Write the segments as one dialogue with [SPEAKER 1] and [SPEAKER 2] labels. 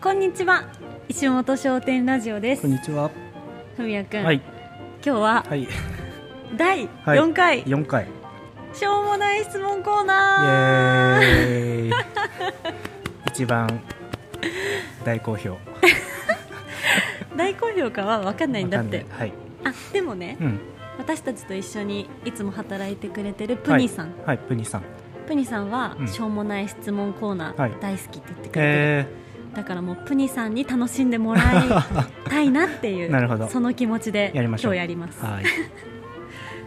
[SPEAKER 1] こんにちは石本商店ラジオです
[SPEAKER 2] こんにちは。
[SPEAKER 1] ふみやくん、
[SPEAKER 2] はい。
[SPEAKER 1] 今日は
[SPEAKER 2] はい。
[SPEAKER 1] 第
[SPEAKER 2] はい
[SPEAKER 1] 4回、
[SPEAKER 2] 四回。イ
[SPEAKER 1] しょうもない質問コー
[SPEAKER 2] エ
[SPEAKER 1] ナー
[SPEAKER 2] ーイ。一番大好評。
[SPEAKER 1] 大好評かは分かんないんだっ
[SPEAKER 2] わ
[SPEAKER 1] て
[SPEAKER 2] かんないはい。
[SPEAKER 1] あでもね、
[SPEAKER 2] うん。
[SPEAKER 1] 私たちと一緒にいつも働いてくれてるプニさん、
[SPEAKER 2] はい。はい、プニさん。
[SPEAKER 1] プニさんは、
[SPEAKER 2] うん
[SPEAKER 1] しょうもない質問コーナ
[SPEAKER 2] は
[SPEAKER 1] ー
[SPEAKER 2] い
[SPEAKER 1] 大好きって言ってくれてる、
[SPEAKER 2] え
[SPEAKER 1] だからもうプニさんに楽しんでもらい たいなっていう
[SPEAKER 2] なるほど
[SPEAKER 1] その気持ちで
[SPEAKER 2] やりましょ
[SPEAKER 1] 今
[SPEAKER 2] う
[SPEAKER 1] 日やります
[SPEAKER 2] ー、はい。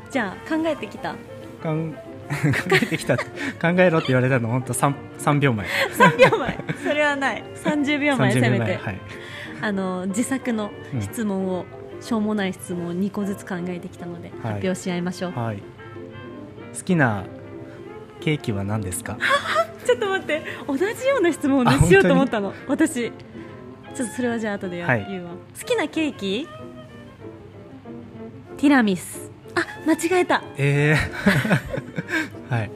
[SPEAKER 1] じゃあ考えてきた
[SPEAKER 2] かん考えてきたって考えろって言われたの本当三三秒前。
[SPEAKER 1] 3秒 前それはない30秒前
[SPEAKER 2] 30
[SPEAKER 1] せめて、
[SPEAKER 2] はい。
[SPEAKER 1] あの自作の質問を、しょうもない質問を2個ずつ考えてきたので発表し合いましょう、
[SPEAKER 2] はい。好きなケーキは何で すか。
[SPEAKER 1] ちょっと待って同じような質問をね
[SPEAKER 2] あ
[SPEAKER 1] しようと思っ
[SPEAKER 2] 本
[SPEAKER 1] たの私ちょっとそれはじゃあ後でや
[SPEAKER 2] はい
[SPEAKER 1] 言うわ、好きなケーキティラミスあ間違えた
[SPEAKER 2] えー、はい。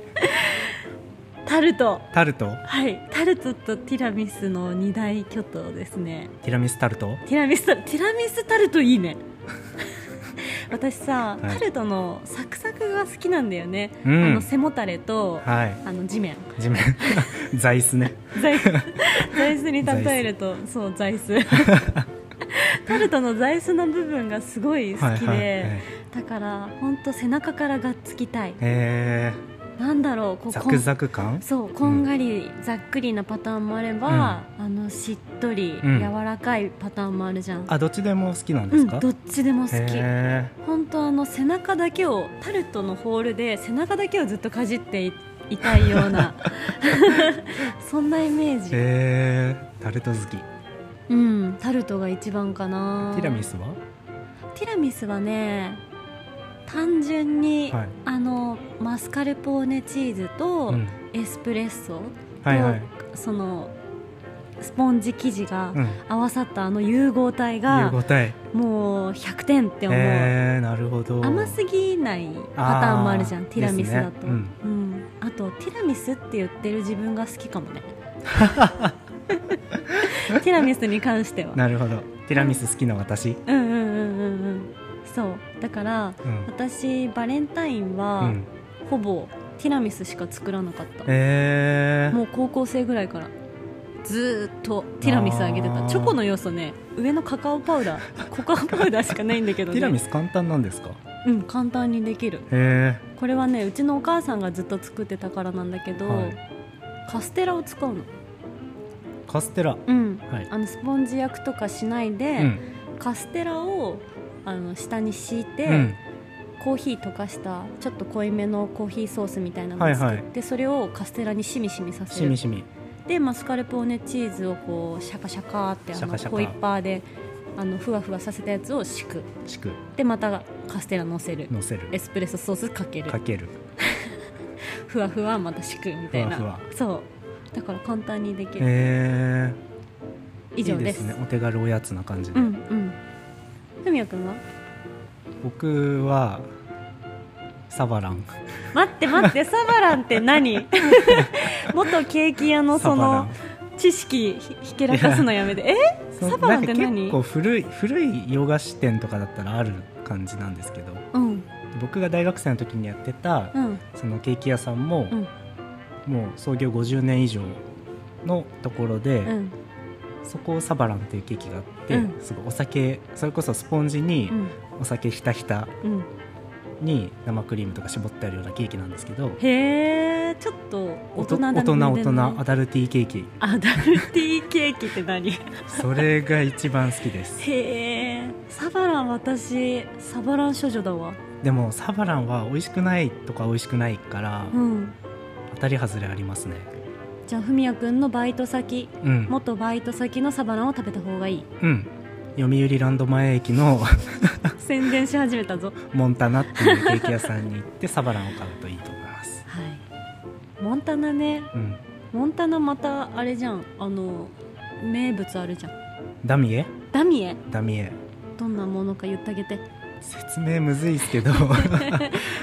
[SPEAKER 1] タルト
[SPEAKER 2] タルト。
[SPEAKER 1] はいタルトとティラミスの二大巨頭ですね
[SPEAKER 2] ティラミスタルト。
[SPEAKER 1] ティラミスタルティラミスタルトいい ね私さ、
[SPEAKER 2] はい
[SPEAKER 1] タルトのサクサクが好きなんだよね、
[SPEAKER 2] うん
[SPEAKER 1] あの背もたれと、
[SPEAKER 2] はい。
[SPEAKER 1] あの地面
[SPEAKER 2] 地面 座椅子ね
[SPEAKER 1] 座 椅子座椅子に例えるとそう座椅子タルトの座椅子の部分がすごい好きで、
[SPEAKER 2] はいはいはい
[SPEAKER 1] だから本当背中からがっつきたい
[SPEAKER 2] え
[SPEAKER 1] なんだろうこ
[SPEAKER 2] ー、
[SPEAKER 1] う
[SPEAKER 2] ザ
[SPEAKER 1] こ
[SPEAKER 2] ク
[SPEAKER 1] ん
[SPEAKER 2] ザク感
[SPEAKER 1] そうこんがり、ざっくりなパターンもあれば、あのしっとり、
[SPEAKER 2] うん
[SPEAKER 1] 柔らかいパターンもあるじゃん
[SPEAKER 2] あどっちでも好きなん
[SPEAKER 1] う
[SPEAKER 2] です
[SPEAKER 1] ん
[SPEAKER 2] か、
[SPEAKER 1] どっちでも好き
[SPEAKER 2] え
[SPEAKER 1] 本当あの背中だけをタルトのホールで背中だけをずっとかじっていいたいよう なそんなイメー
[SPEAKER 2] ー、
[SPEAKER 1] ジ、
[SPEAKER 2] えー、タルト好きテ
[SPEAKER 1] うん、タルトが一番かな
[SPEAKER 2] ィラミスは
[SPEAKER 1] ティラミスはね単純に、
[SPEAKER 2] はい
[SPEAKER 1] あのマスカルポーネチーズと
[SPEAKER 2] うん
[SPEAKER 1] エスプレッソと、
[SPEAKER 2] はいはい、
[SPEAKER 1] そのスポンジ生地が
[SPEAKER 2] うん、
[SPEAKER 1] 合わさったあの融合体
[SPEAKER 2] 融
[SPEAKER 1] が
[SPEAKER 2] 合体
[SPEAKER 1] もう100点って思う、
[SPEAKER 2] えー、なるほど
[SPEAKER 1] 甘すぎないパターンもあるじゃん
[SPEAKER 2] あー
[SPEAKER 1] ティラミスだと、
[SPEAKER 2] です
[SPEAKER 1] う
[SPEAKER 2] ね
[SPEAKER 1] んあとティラミスって言ってる自分が好きかも ねティラミスに関しては
[SPEAKER 2] なるほどティラミス好きな私
[SPEAKER 1] うんうんうんうんうんそうだから
[SPEAKER 2] うん、
[SPEAKER 1] 私バレンタイン
[SPEAKER 2] う
[SPEAKER 1] は、
[SPEAKER 2] ん、
[SPEAKER 1] ほぼティラミスしか作らなかった、
[SPEAKER 2] えー、
[SPEAKER 1] もう高校生ぐらいからずーっとティラミスあげて
[SPEAKER 2] あ
[SPEAKER 1] た
[SPEAKER 2] ー
[SPEAKER 1] チョコの要素ね上のカカオパウダーコカオパウダーしかないんだけど
[SPEAKER 2] テ
[SPEAKER 1] ね
[SPEAKER 2] ィラミス簡単なんですか
[SPEAKER 1] うん簡単にできる
[SPEAKER 2] え
[SPEAKER 1] これはねうちのお母さんがずっと作ってたからなんだけど、
[SPEAKER 2] は
[SPEAKER 1] カステラを使うの,、
[SPEAKER 2] ー、カステラ
[SPEAKER 1] うん、
[SPEAKER 2] はい
[SPEAKER 1] あのスポンジ焼くとかしないで、
[SPEAKER 2] うん
[SPEAKER 1] カステラをあの下に敷いて、
[SPEAKER 2] うん
[SPEAKER 1] コーヒー溶かしたちょっと濃いめのコーヒーソースみたいなの
[SPEAKER 2] は
[SPEAKER 1] を
[SPEAKER 2] い
[SPEAKER 1] 作って、
[SPEAKER 2] はい
[SPEAKER 1] それをカステラにしみしみさせ
[SPEAKER 2] し
[SPEAKER 1] る
[SPEAKER 2] みしみ
[SPEAKER 1] でマスカルポーネチーズをこうシャカシャカってあ
[SPEAKER 2] シャ
[SPEAKER 1] の
[SPEAKER 2] カシャカ
[SPEAKER 1] ホイッパーであのふわふわさせたやつを敷く
[SPEAKER 2] しく
[SPEAKER 1] でまたカステラ乗せる
[SPEAKER 2] のせる
[SPEAKER 1] エスプレッソソースかける
[SPEAKER 2] かける
[SPEAKER 1] ふわふわまた敷くみたいな
[SPEAKER 2] ふわふ
[SPEAKER 1] そうだから簡単にできる、
[SPEAKER 2] えー、
[SPEAKER 1] 以上です
[SPEAKER 2] いいですねお手軽おやつな感じで、
[SPEAKER 1] うんうんふみやくんは
[SPEAKER 2] 僕はサバラン
[SPEAKER 1] 待って待 ってサバランって何 元ケーキ屋のそ
[SPEAKER 2] サバ
[SPEAKER 1] の知識ひひけらかすのやめてえ
[SPEAKER 2] ラン
[SPEAKER 1] サバランって何
[SPEAKER 2] なんか結構古い古い洋菓子店とかだったらある感じなんですけど
[SPEAKER 1] うん
[SPEAKER 2] 僕が大学生の時にやってた
[SPEAKER 1] うん
[SPEAKER 2] そのケーキ屋さんも、
[SPEAKER 1] うん
[SPEAKER 2] もう創業50年以上のところで、
[SPEAKER 1] うん
[SPEAKER 2] そこをサバランっていうケーキがあって、
[SPEAKER 1] うん
[SPEAKER 2] すごいお酒それこそスポンジに
[SPEAKER 1] うん
[SPEAKER 2] お酒ひたひた
[SPEAKER 1] うん
[SPEAKER 2] に生クリームとか絞ってあるようなケーキなんですけど
[SPEAKER 1] へえちょっと大人だね
[SPEAKER 2] 大人大
[SPEAKER 1] 全然
[SPEAKER 2] 人アダルティーケーキ
[SPEAKER 1] アダルティーケーキって何へ
[SPEAKER 2] それが一番好きです
[SPEAKER 1] えサバラン私サバラン処女だわ
[SPEAKER 2] でもサバランは美味しくないとか美味しくないから、
[SPEAKER 1] うん
[SPEAKER 2] 当たり外れありますね
[SPEAKER 1] じゃあふみやくんのバイト先
[SPEAKER 2] うん、
[SPEAKER 1] 元バイト先のサバランを食べた方がいい
[SPEAKER 2] うん、読売ランド前駅の
[SPEAKER 1] 宣伝し始めたぞ
[SPEAKER 2] モンタナっていうケーキ屋さんに行ってサバランを買うといいと思います
[SPEAKER 1] はいモンタナね
[SPEAKER 2] うん
[SPEAKER 1] モンタナまたあれじゃんあの名物あるじゃん
[SPEAKER 2] ダミエ
[SPEAKER 1] ダミエ
[SPEAKER 2] ダミエ
[SPEAKER 1] どんなものか言ってあげて
[SPEAKER 2] 説明むずいです けど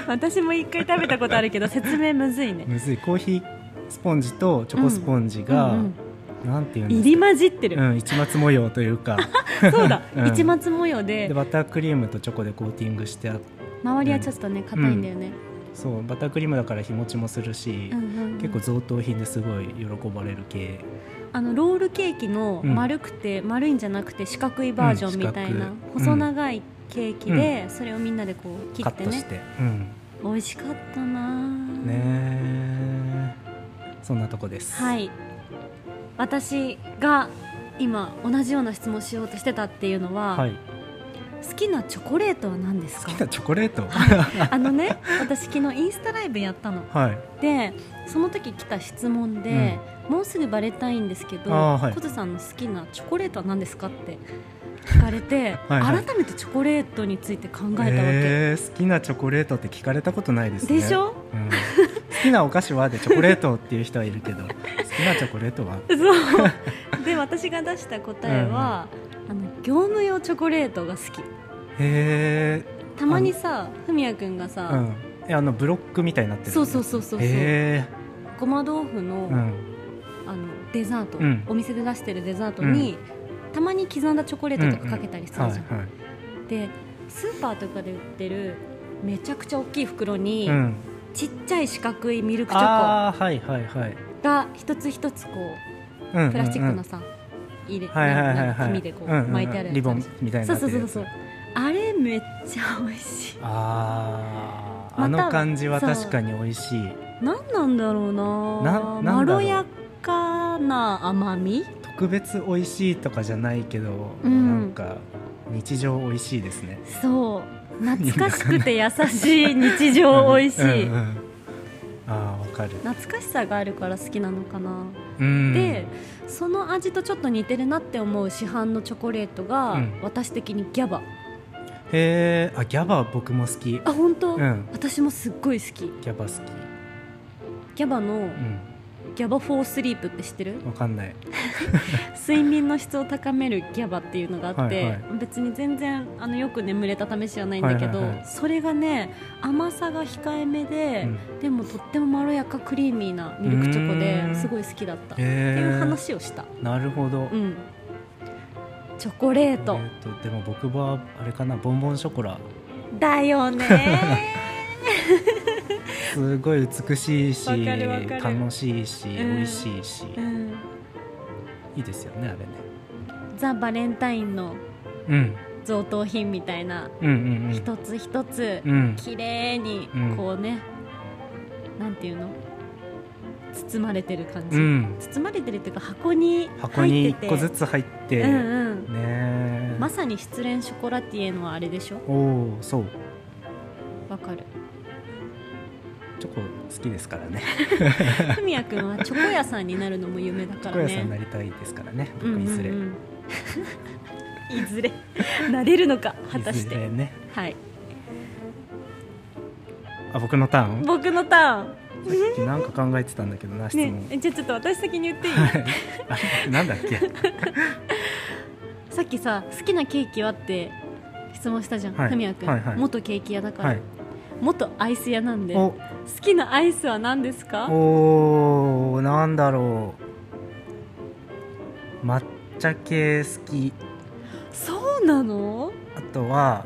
[SPEAKER 1] 私も一回食べたことあるけど説明むずいね
[SPEAKER 2] むずいコーヒースポンジとチョコスポンジ
[SPEAKER 1] う
[SPEAKER 2] が
[SPEAKER 1] ん
[SPEAKER 2] なんていうん
[SPEAKER 1] 入
[SPEAKER 2] です
[SPEAKER 1] り混じって
[SPEAKER 2] う
[SPEAKER 1] る、
[SPEAKER 2] ん、市松模様とい うか
[SPEAKER 1] そうだ、
[SPEAKER 2] うん
[SPEAKER 1] 市松模様で
[SPEAKER 2] でバタークリームとチョコでコーティングしてあっ
[SPEAKER 1] 周りはちょっとね硬いんだよね、
[SPEAKER 2] そうバタークリームだから日持ちもするし、
[SPEAKER 1] うんうんうん
[SPEAKER 2] 結構贈答品ですごい喜ばれる系
[SPEAKER 1] あのロールケーキの丸くて、丸いんじゃなくて四角いバージョンみたいな、
[SPEAKER 2] うん四角
[SPEAKER 1] 細長いケーキで、それをみんなでこう切
[SPEAKER 2] カ
[SPEAKER 1] っ
[SPEAKER 2] ッ
[SPEAKER 1] て
[SPEAKER 2] トし
[SPEAKER 1] ね
[SPEAKER 2] て、うん、
[SPEAKER 1] 美味しかったな
[SPEAKER 2] ねーそんなとこです
[SPEAKER 1] はい私が今同じような質問しようとしてたっていうのは、
[SPEAKER 2] はい
[SPEAKER 1] 好きなチョコレートは何です
[SPEAKER 2] 好
[SPEAKER 1] か
[SPEAKER 2] きなチョコレート
[SPEAKER 1] あのね私昨日インスタライブやったの
[SPEAKER 2] はい
[SPEAKER 1] でその時来た質問で、もうすぐバレたいんですけど、
[SPEAKER 2] あーはい
[SPEAKER 1] コズさんの好きなチョコレートは何ですかって聞かれて
[SPEAKER 2] はいはい
[SPEAKER 1] 改めてチョコレートについて考えたわけ、
[SPEAKER 2] えー、好きなチョコレートって聞かれたことないですね
[SPEAKER 1] でしょ
[SPEAKER 2] うん、好きなお菓子はでチョコレートっていう人はいるけど 好きなチョコレートは
[SPEAKER 1] そうで私が出した答えは、あの業務用チョコレートが好き
[SPEAKER 2] へ
[SPEAKER 1] たまにさふみやくんが
[SPEAKER 2] え、
[SPEAKER 1] さ、
[SPEAKER 2] うん、えあのブロックみたいになってる
[SPEAKER 1] そうそうそうそうそう
[SPEAKER 2] へ
[SPEAKER 1] ごま豆腐の,、
[SPEAKER 2] え、うん、
[SPEAKER 1] あのデザート、
[SPEAKER 2] うん
[SPEAKER 1] お店で出してるデザートに、たまに刻んだチョコレートとかかけたりするじゃ
[SPEAKER 2] はい
[SPEAKER 1] ん、
[SPEAKER 2] はい
[SPEAKER 1] でスーパーとかで売ってるめちゃくちゃ大きい袋に、
[SPEAKER 2] うん、
[SPEAKER 1] ちっちゃい四角いミルクチョ
[SPEAKER 2] ああはいはいはい、
[SPEAKER 1] コが一つ一つこ
[SPEAKER 2] うんうんうん
[SPEAKER 1] うプラスチックのさ、入れ
[SPEAKER 2] はいはいはい
[SPEAKER 1] な
[SPEAKER 2] はい
[SPEAKER 1] 紙でこう、
[SPEAKER 2] んんん
[SPEAKER 1] 巻いてあるやつ
[SPEAKER 2] リボ
[SPEAKER 1] ある
[SPEAKER 2] ン
[SPEAKER 1] じ
[SPEAKER 2] みた
[SPEAKER 1] ゃ
[SPEAKER 2] い
[SPEAKER 1] ん
[SPEAKER 2] に
[SPEAKER 1] そ
[SPEAKER 2] な
[SPEAKER 1] う
[SPEAKER 2] って
[SPEAKER 1] そう
[SPEAKER 2] る
[SPEAKER 1] そう
[SPEAKER 2] やつ
[SPEAKER 1] そうあれめっちゃ美味しい
[SPEAKER 2] あーあ
[SPEAKER 1] また
[SPEAKER 2] の感じは
[SPEAKER 1] そう
[SPEAKER 2] 確かに美味しい
[SPEAKER 1] 何なんだろうな
[SPEAKER 2] ななんだろ
[SPEAKER 1] まろ
[SPEAKER 2] う
[SPEAKER 1] やかな甘み
[SPEAKER 2] 特別美味しいとかじゃないけど、
[SPEAKER 1] うん
[SPEAKER 2] なんか日常美味しいですね
[SPEAKER 1] そう懐かしくて優しい日常美味しい
[SPEAKER 2] うんうんうんあーわかる、
[SPEAKER 1] 懐かしさがあるから好きなのかな
[SPEAKER 2] うん、
[SPEAKER 1] でその味とちょっと似てるなって思う市販のチョコレートが、
[SPEAKER 2] うん
[SPEAKER 1] 私的にギャバ
[SPEAKER 2] へえあギャバ僕も好き
[SPEAKER 1] あ本当、
[SPEAKER 2] うん
[SPEAKER 1] 私もすっごい好き
[SPEAKER 2] ギャバ好き
[SPEAKER 1] ギャバの
[SPEAKER 2] う
[SPEAKER 1] ギャバフォースリープって知ってる
[SPEAKER 2] んわかんない
[SPEAKER 1] 睡眠の質を高めるギャバっていうのがあって、
[SPEAKER 2] はいは
[SPEAKER 1] 別に全然あのよく眠れた試しはないんだけど、
[SPEAKER 2] はいはいはい
[SPEAKER 1] それがね甘さが控えめで、
[SPEAKER 2] うん
[SPEAKER 1] でもとってもまろやかクリーミーなミルクチョコ
[SPEAKER 2] う
[SPEAKER 1] で
[SPEAKER 2] ん
[SPEAKER 1] すごい好きだったってい
[SPEAKER 2] へ
[SPEAKER 1] う
[SPEAKER 2] え
[SPEAKER 1] 話をした、
[SPEAKER 2] なるほど、
[SPEAKER 1] うんチョコレート、
[SPEAKER 2] えーとでも僕はあれかなボンボンショコラ
[SPEAKER 1] だよね
[SPEAKER 2] すごい美しいし
[SPEAKER 1] わかるわかる
[SPEAKER 2] 楽しいし、
[SPEAKER 1] うん
[SPEAKER 2] 美味しいし、
[SPEAKER 1] うん
[SPEAKER 2] いいですよねあれね、
[SPEAKER 1] ザ・バレンタインの
[SPEAKER 2] うん、
[SPEAKER 1] 贈答品みたいな
[SPEAKER 2] うんうん
[SPEAKER 1] 一つ一つ
[SPEAKER 2] うんうん
[SPEAKER 1] 綺麗に
[SPEAKER 2] うん
[SPEAKER 1] こうね、なんていうの包まれてる感じ、
[SPEAKER 2] うん
[SPEAKER 1] 包まれてるっていうか箱に
[SPEAKER 2] 箱に
[SPEAKER 1] 入ってて
[SPEAKER 2] 一個ずつ入って
[SPEAKER 1] うん
[SPEAKER 2] ね
[SPEAKER 1] うん
[SPEAKER 2] え
[SPEAKER 1] まさに失恋ショコラティエのあれでしょ
[SPEAKER 2] おおそう
[SPEAKER 1] わか る
[SPEAKER 2] チョコ好きですからね
[SPEAKER 1] ふみやくんはチョコ屋さんになるのも夢だ
[SPEAKER 2] チ
[SPEAKER 1] か
[SPEAKER 2] ョコ
[SPEAKER 1] ら
[SPEAKER 2] 屋さんにな
[SPEAKER 1] ね
[SPEAKER 2] りたいですからね
[SPEAKER 1] うん
[SPEAKER 2] 僕いずれ、
[SPEAKER 1] うんうん いずれなれるのか果た
[SPEAKER 2] い
[SPEAKER 1] し
[SPEAKER 2] ず
[SPEAKER 1] て
[SPEAKER 2] れね
[SPEAKER 1] はい
[SPEAKER 2] あ僕のターンさ
[SPEAKER 1] 僕のターン
[SPEAKER 2] っきなんか考えてたんだけどな質問、
[SPEAKER 1] ねえじゃあちょっと私先に言っていい
[SPEAKER 2] はいあれなんだっけ
[SPEAKER 1] さっきさ好きなケーキはって質問したじゃん
[SPEAKER 2] はい
[SPEAKER 1] ふみやくん、
[SPEAKER 2] はいはい
[SPEAKER 1] 元ケーキ屋だから、
[SPEAKER 2] はい
[SPEAKER 1] 元アイス屋なんで好
[SPEAKER 2] お
[SPEAKER 1] きなアイスは何ですか
[SPEAKER 2] おーなんだろう抹茶系好き
[SPEAKER 1] そうなの
[SPEAKER 2] あとは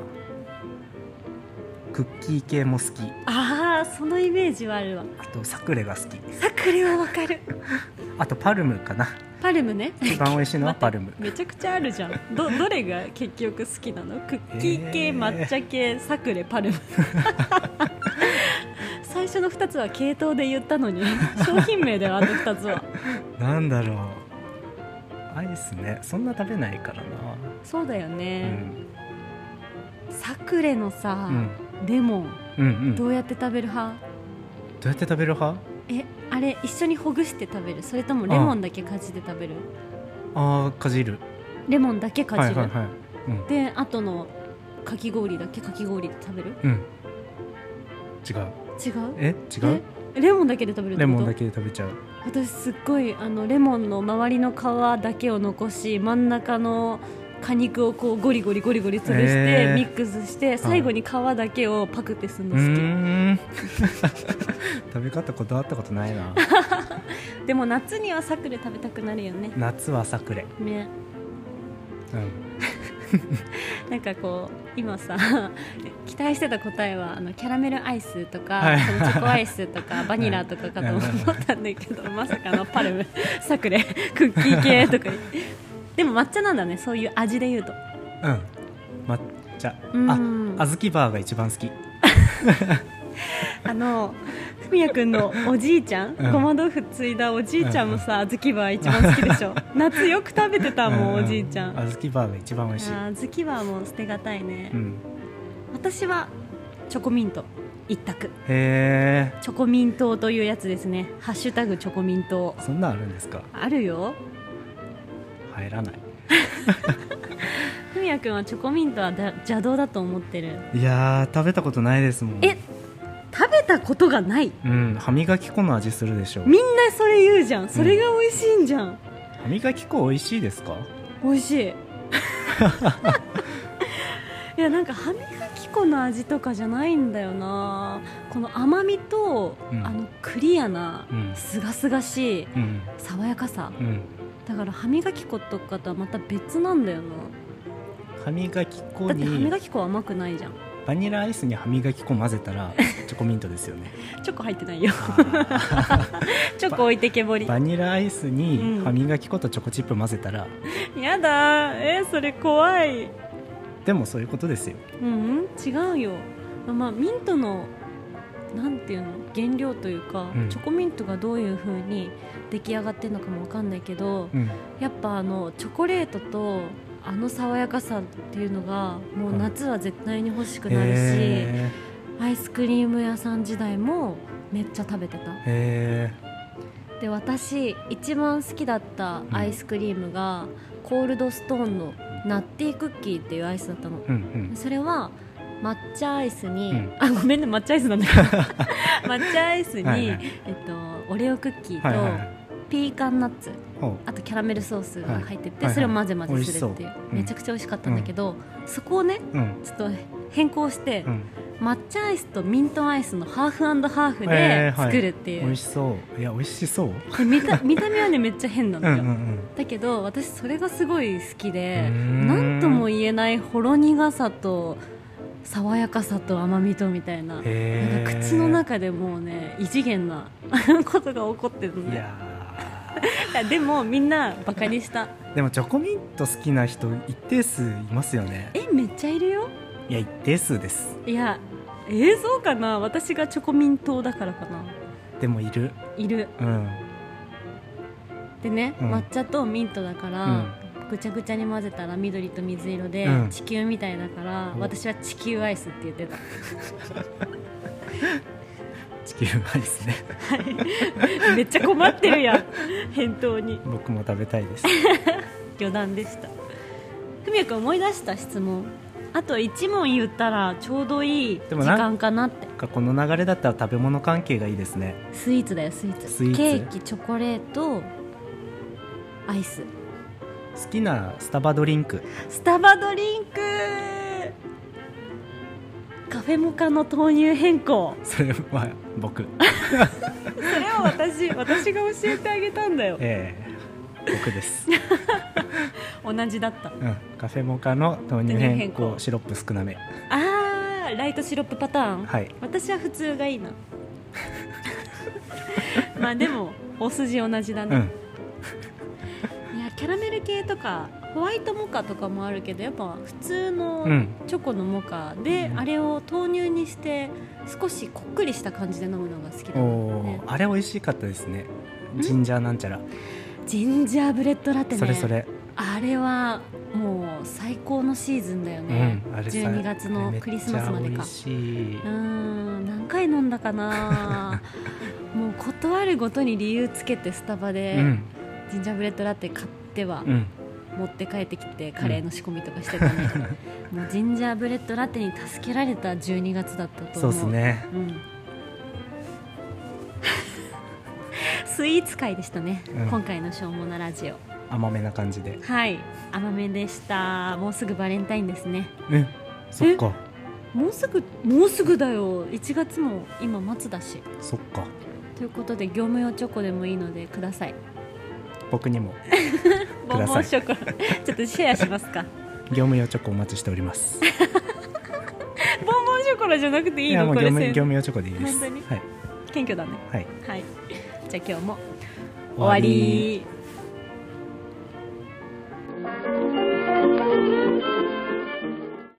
[SPEAKER 2] クッキー系も好き
[SPEAKER 1] ああそのイメージはあるわ
[SPEAKER 2] あとサクレが好き
[SPEAKER 1] さくれはわかる
[SPEAKER 2] あとパルムかな
[SPEAKER 1] パルムね
[SPEAKER 2] 一番美味しい のはパルム
[SPEAKER 1] めちゃくちゃあるじゃん どどれが結局好きなのクッキー系、
[SPEAKER 2] えー
[SPEAKER 1] 抹茶系さくれパ ルム最初の2つは系統で言ったの に商品名ではあの2つは
[SPEAKER 2] なんだろうアイスねそんな食べないからな
[SPEAKER 1] そうだよ
[SPEAKER 2] う
[SPEAKER 1] ね、
[SPEAKER 2] ん
[SPEAKER 1] さくれのさ、
[SPEAKER 2] うん
[SPEAKER 1] レモン
[SPEAKER 2] うんうんど
[SPEAKER 1] ど
[SPEAKER 2] う
[SPEAKER 1] うやって食べる派
[SPEAKER 2] やって食べる派
[SPEAKER 1] えあれ一緒にほぐして食べるそれともレモンだけかじって食べる
[SPEAKER 2] あーかじる
[SPEAKER 1] レモンだけかじる、
[SPEAKER 2] はいはいはいうん、
[SPEAKER 1] で後のかき氷だけかき氷で食べる
[SPEAKER 2] うん、違う
[SPEAKER 1] 違う
[SPEAKER 2] え違う
[SPEAKER 1] えレモンだけで食べるって
[SPEAKER 2] レ
[SPEAKER 1] こと
[SPEAKER 2] モンだけで食べちゃう
[SPEAKER 1] 私すっごいあのレモンの周りの皮だけを残し真ん中の果肉をこうゴリゴリゴリゴリ潰して、
[SPEAKER 2] えー
[SPEAKER 1] ミックスして最後に皮だけをパクってする
[SPEAKER 2] う
[SPEAKER 1] の好き、
[SPEAKER 2] ーん 食べべ方こだわったことない な
[SPEAKER 1] でも夏にはサクレ食べたくなるよね
[SPEAKER 2] 夏はサクレ
[SPEAKER 1] ね
[SPEAKER 2] うん
[SPEAKER 1] なんかこう今さ 期待してた答えはあのキャラメルアイスとか、
[SPEAKER 2] はい
[SPEAKER 1] そのチョコアイスと かバニラとかかと思ったんだけどまさかのパルムサクレクッキー系とか言ってでも抹茶なんだねそういう味で言うと
[SPEAKER 2] うん抹茶
[SPEAKER 1] うん
[SPEAKER 2] あ小豆バーが一番好き
[SPEAKER 1] あのふみやくんのおじいちゃん
[SPEAKER 2] うん
[SPEAKER 1] ごま豆腐ついだおじいちゃんもさ小豆バー一番好きでしょ 夏よく食べてたも
[SPEAKER 2] うんん
[SPEAKER 1] おじいちゃんあ
[SPEAKER 2] 小豆バーが一番美味しい
[SPEAKER 1] ー小豆バーも捨てがたいね、
[SPEAKER 2] うん
[SPEAKER 1] 私はチョコミント一択
[SPEAKER 2] へえ
[SPEAKER 1] チョコミン党というやつですね。ハッシュタグチョコミン党。
[SPEAKER 2] そんなんあるんですか
[SPEAKER 1] あるよ。
[SPEAKER 2] 入らない
[SPEAKER 1] ふみやくんはチョコミントはだ邪道だと思ってる。
[SPEAKER 2] いやー食べたことないですもん
[SPEAKER 1] え、食べたことがない。
[SPEAKER 2] うん歯磨き粉の味するでしょう
[SPEAKER 1] みんなそれ言うじゃん。それが美味しいんじゃん。
[SPEAKER 2] 歯磨き粉美味しいですか
[SPEAKER 1] 美味し い。いやなんか歯磨き粉の味とかじゃないんだよなこの甘みと、
[SPEAKER 2] うん
[SPEAKER 1] あのクリアな
[SPEAKER 2] うん
[SPEAKER 1] すがすがしい
[SPEAKER 2] うん
[SPEAKER 1] 爽やかさ
[SPEAKER 2] うん
[SPEAKER 1] だから歯磨き粉とかとはまた別なんだよな
[SPEAKER 2] 歯磨き粉
[SPEAKER 1] だって歯
[SPEAKER 2] に
[SPEAKER 1] 磨き粉は甘くないじゃん
[SPEAKER 2] バニラアイスに歯磨き粉混ぜ たらチョコミントですよね
[SPEAKER 1] チョコ入ってないよ
[SPEAKER 2] あー
[SPEAKER 1] チョコ置いてけぼり
[SPEAKER 2] バニラアイス
[SPEAKER 1] う
[SPEAKER 2] に
[SPEAKER 1] ん
[SPEAKER 2] 歯磨き粉とチョコチップ混ぜたら、
[SPEAKER 1] やだーえーそれ怖い
[SPEAKER 2] でもそういうことですよ
[SPEAKER 1] うん、うん、違うよまあミントのなんていうの原料というか、
[SPEAKER 2] うん
[SPEAKER 1] チョコミントがどういう風に出来上がってるのかもわかんないけど、
[SPEAKER 2] うん
[SPEAKER 1] やっぱあのチョコレートとあの爽やかさっていうのがもう夏は絶対に欲しくなるし、
[SPEAKER 2] へ
[SPEAKER 1] アイスクリーム屋さん時代もめっちゃ食べてた
[SPEAKER 2] ーへ
[SPEAKER 1] で私一番好きだったアイスクリームが、コールドストーンのナッティクッキーっていうアイスだったの
[SPEAKER 2] ーうんうん
[SPEAKER 1] それは抹茶アイスに、
[SPEAKER 2] うん
[SPEAKER 1] あごめんね抹茶アイスなん だけど抹茶アイスに、
[SPEAKER 2] はいはい
[SPEAKER 1] えっと、オレオクッキーと、
[SPEAKER 2] はいはいはい
[SPEAKER 1] ピーカンナッツ
[SPEAKER 2] ほ
[SPEAKER 1] あとキャラメルソースが入ってて、
[SPEAKER 2] はい
[SPEAKER 1] それを混ぜ混ぜするっ
[SPEAKER 2] はい
[SPEAKER 1] ていう
[SPEAKER 2] はい美味しそううん
[SPEAKER 1] めちゃくちゃ美味しかったんだけど、そこをね
[SPEAKER 2] ううん
[SPEAKER 1] ちょっと変更して、
[SPEAKER 2] うん
[SPEAKER 1] 抹茶アイスとミントアイスのハーフハーフ
[SPEAKER 2] えー
[SPEAKER 1] で
[SPEAKER 2] はい
[SPEAKER 1] 作るっていう、
[SPEAKER 2] 美味しそういや美味しそう
[SPEAKER 1] で見た見た目はねめっちゃ変な
[SPEAKER 2] う
[SPEAKER 1] の
[SPEAKER 2] ん
[SPEAKER 1] よ、
[SPEAKER 2] うんうん
[SPEAKER 1] だけど私それがすごい好きで
[SPEAKER 2] うーん
[SPEAKER 1] 何とも言えないほろ苦さと爽やかさと甘みとみたいななんか
[SPEAKER 2] へー
[SPEAKER 1] 口の中でもうね異次元な ことが起こってるの
[SPEAKER 2] い
[SPEAKER 1] ね
[SPEAKER 2] や
[SPEAKER 1] いやでもみんなバカに した
[SPEAKER 2] ーでもチョコミント好きな人一定数いますよね
[SPEAKER 1] えめっちゃいるよ
[SPEAKER 2] いや一定数です
[SPEAKER 1] いやえー、そうかな私がチョコミン党だからかな
[SPEAKER 2] でもいる
[SPEAKER 1] いる
[SPEAKER 2] うん
[SPEAKER 1] でね、
[SPEAKER 2] うん
[SPEAKER 1] 抹茶とミントだから、
[SPEAKER 2] うん
[SPEAKER 1] ぐちゃぐちゃに混ぜたら緑と水色で、
[SPEAKER 2] うん
[SPEAKER 1] 地球みたいだから
[SPEAKER 2] お
[SPEAKER 1] 私は地球アイスって言ってた
[SPEAKER 2] 地球アイスね
[SPEAKER 1] めっちゃ困ってるやん返答に
[SPEAKER 2] 僕も食べたいです
[SPEAKER 1] 余談でしたふみやくん思い出した質問あと1問言ったらちょうどいい時
[SPEAKER 2] でもな
[SPEAKER 1] 間かなって
[SPEAKER 2] なんかこの流れだったら食べ物関係がいいですね
[SPEAKER 1] スイーツだよスイーツ
[SPEAKER 2] スイーツ
[SPEAKER 1] ケーキチョコレートアイス
[SPEAKER 2] 好きなスタバドリンク
[SPEAKER 1] スタバドリンクカフェモカの豆乳変更
[SPEAKER 2] それは僕
[SPEAKER 1] それを私私が教えてあげたんだよ
[SPEAKER 2] ええ僕です、
[SPEAKER 1] 同じだった
[SPEAKER 2] うん、カフェモカの豆
[SPEAKER 1] 豆
[SPEAKER 2] 乳
[SPEAKER 1] 乳変
[SPEAKER 2] 変
[SPEAKER 1] 更
[SPEAKER 2] 更シロップ少なめ
[SPEAKER 1] あーライトシロップパターン
[SPEAKER 2] はい
[SPEAKER 1] 私は普通がいいなまあでもお筋同じだ
[SPEAKER 2] う
[SPEAKER 1] ね、
[SPEAKER 2] ん
[SPEAKER 1] いやキャラメル系とかホワイトモカとかもあるけどやっぱ普通
[SPEAKER 2] う
[SPEAKER 1] の
[SPEAKER 2] ん
[SPEAKER 1] チョコのモカで、
[SPEAKER 2] うん
[SPEAKER 1] あれを豆乳にして少しこっくりした感じで飲むのが好きだ
[SPEAKER 2] おお、
[SPEAKER 1] ね
[SPEAKER 2] あれ美味しかったですね
[SPEAKER 1] ん
[SPEAKER 2] ジンジャーなんちゃら、
[SPEAKER 1] ジンジャーブレッドラテね
[SPEAKER 2] それそれ、
[SPEAKER 1] あれはもう最高のシーズンだよ
[SPEAKER 2] う
[SPEAKER 1] ね、
[SPEAKER 2] ん、あれさ
[SPEAKER 1] 12月のクリスマスまで
[SPEAKER 2] めっちゃ美
[SPEAKER 1] か
[SPEAKER 2] 味しいう
[SPEAKER 1] ーん何回飲んだか なもう断るごとに理由つけてスタバで、
[SPEAKER 2] うん
[SPEAKER 1] ジンジャーブレッドラテ買っては、
[SPEAKER 2] うん
[SPEAKER 1] 持って帰ってきてカレーの仕込みとかしてたね、もうジンジャーブレッドラテに助けられた12月だったと思う
[SPEAKER 2] そうですね
[SPEAKER 1] うん スイーツ会でしたね、
[SPEAKER 2] うん
[SPEAKER 1] 今回の「しょうもなラジオ
[SPEAKER 2] 甘めな感じで」
[SPEAKER 1] はい甘めでしたもうすぐバレンタインですね
[SPEAKER 2] うんそっか
[SPEAKER 1] もうすぐもうすぐだよ1月も今末だし
[SPEAKER 2] そっか
[SPEAKER 1] ということで業務用チョコでもいいのでください
[SPEAKER 2] 僕にも
[SPEAKER 1] ボ
[SPEAKER 2] く
[SPEAKER 1] ン
[SPEAKER 2] だ
[SPEAKER 1] ボ
[SPEAKER 2] さ
[SPEAKER 1] ン
[SPEAKER 2] い
[SPEAKER 1] ショコラ ちょっとシェアします か
[SPEAKER 2] 業務用チョコお待ちしてお ります
[SPEAKER 1] ボンボンショコラじゃなくていい
[SPEAKER 2] や
[SPEAKER 1] の
[SPEAKER 2] もう
[SPEAKER 1] こ
[SPEAKER 2] 業
[SPEAKER 1] れ
[SPEAKER 2] 務業
[SPEAKER 1] せん
[SPEAKER 2] 務用チョコでいいです
[SPEAKER 1] 本当に
[SPEAKER 2] はい
[SPEAKER 1] 謙虚だね
[SPEAKER 2] はい
[SPEAKER 1] はいじゃあ今日も終わり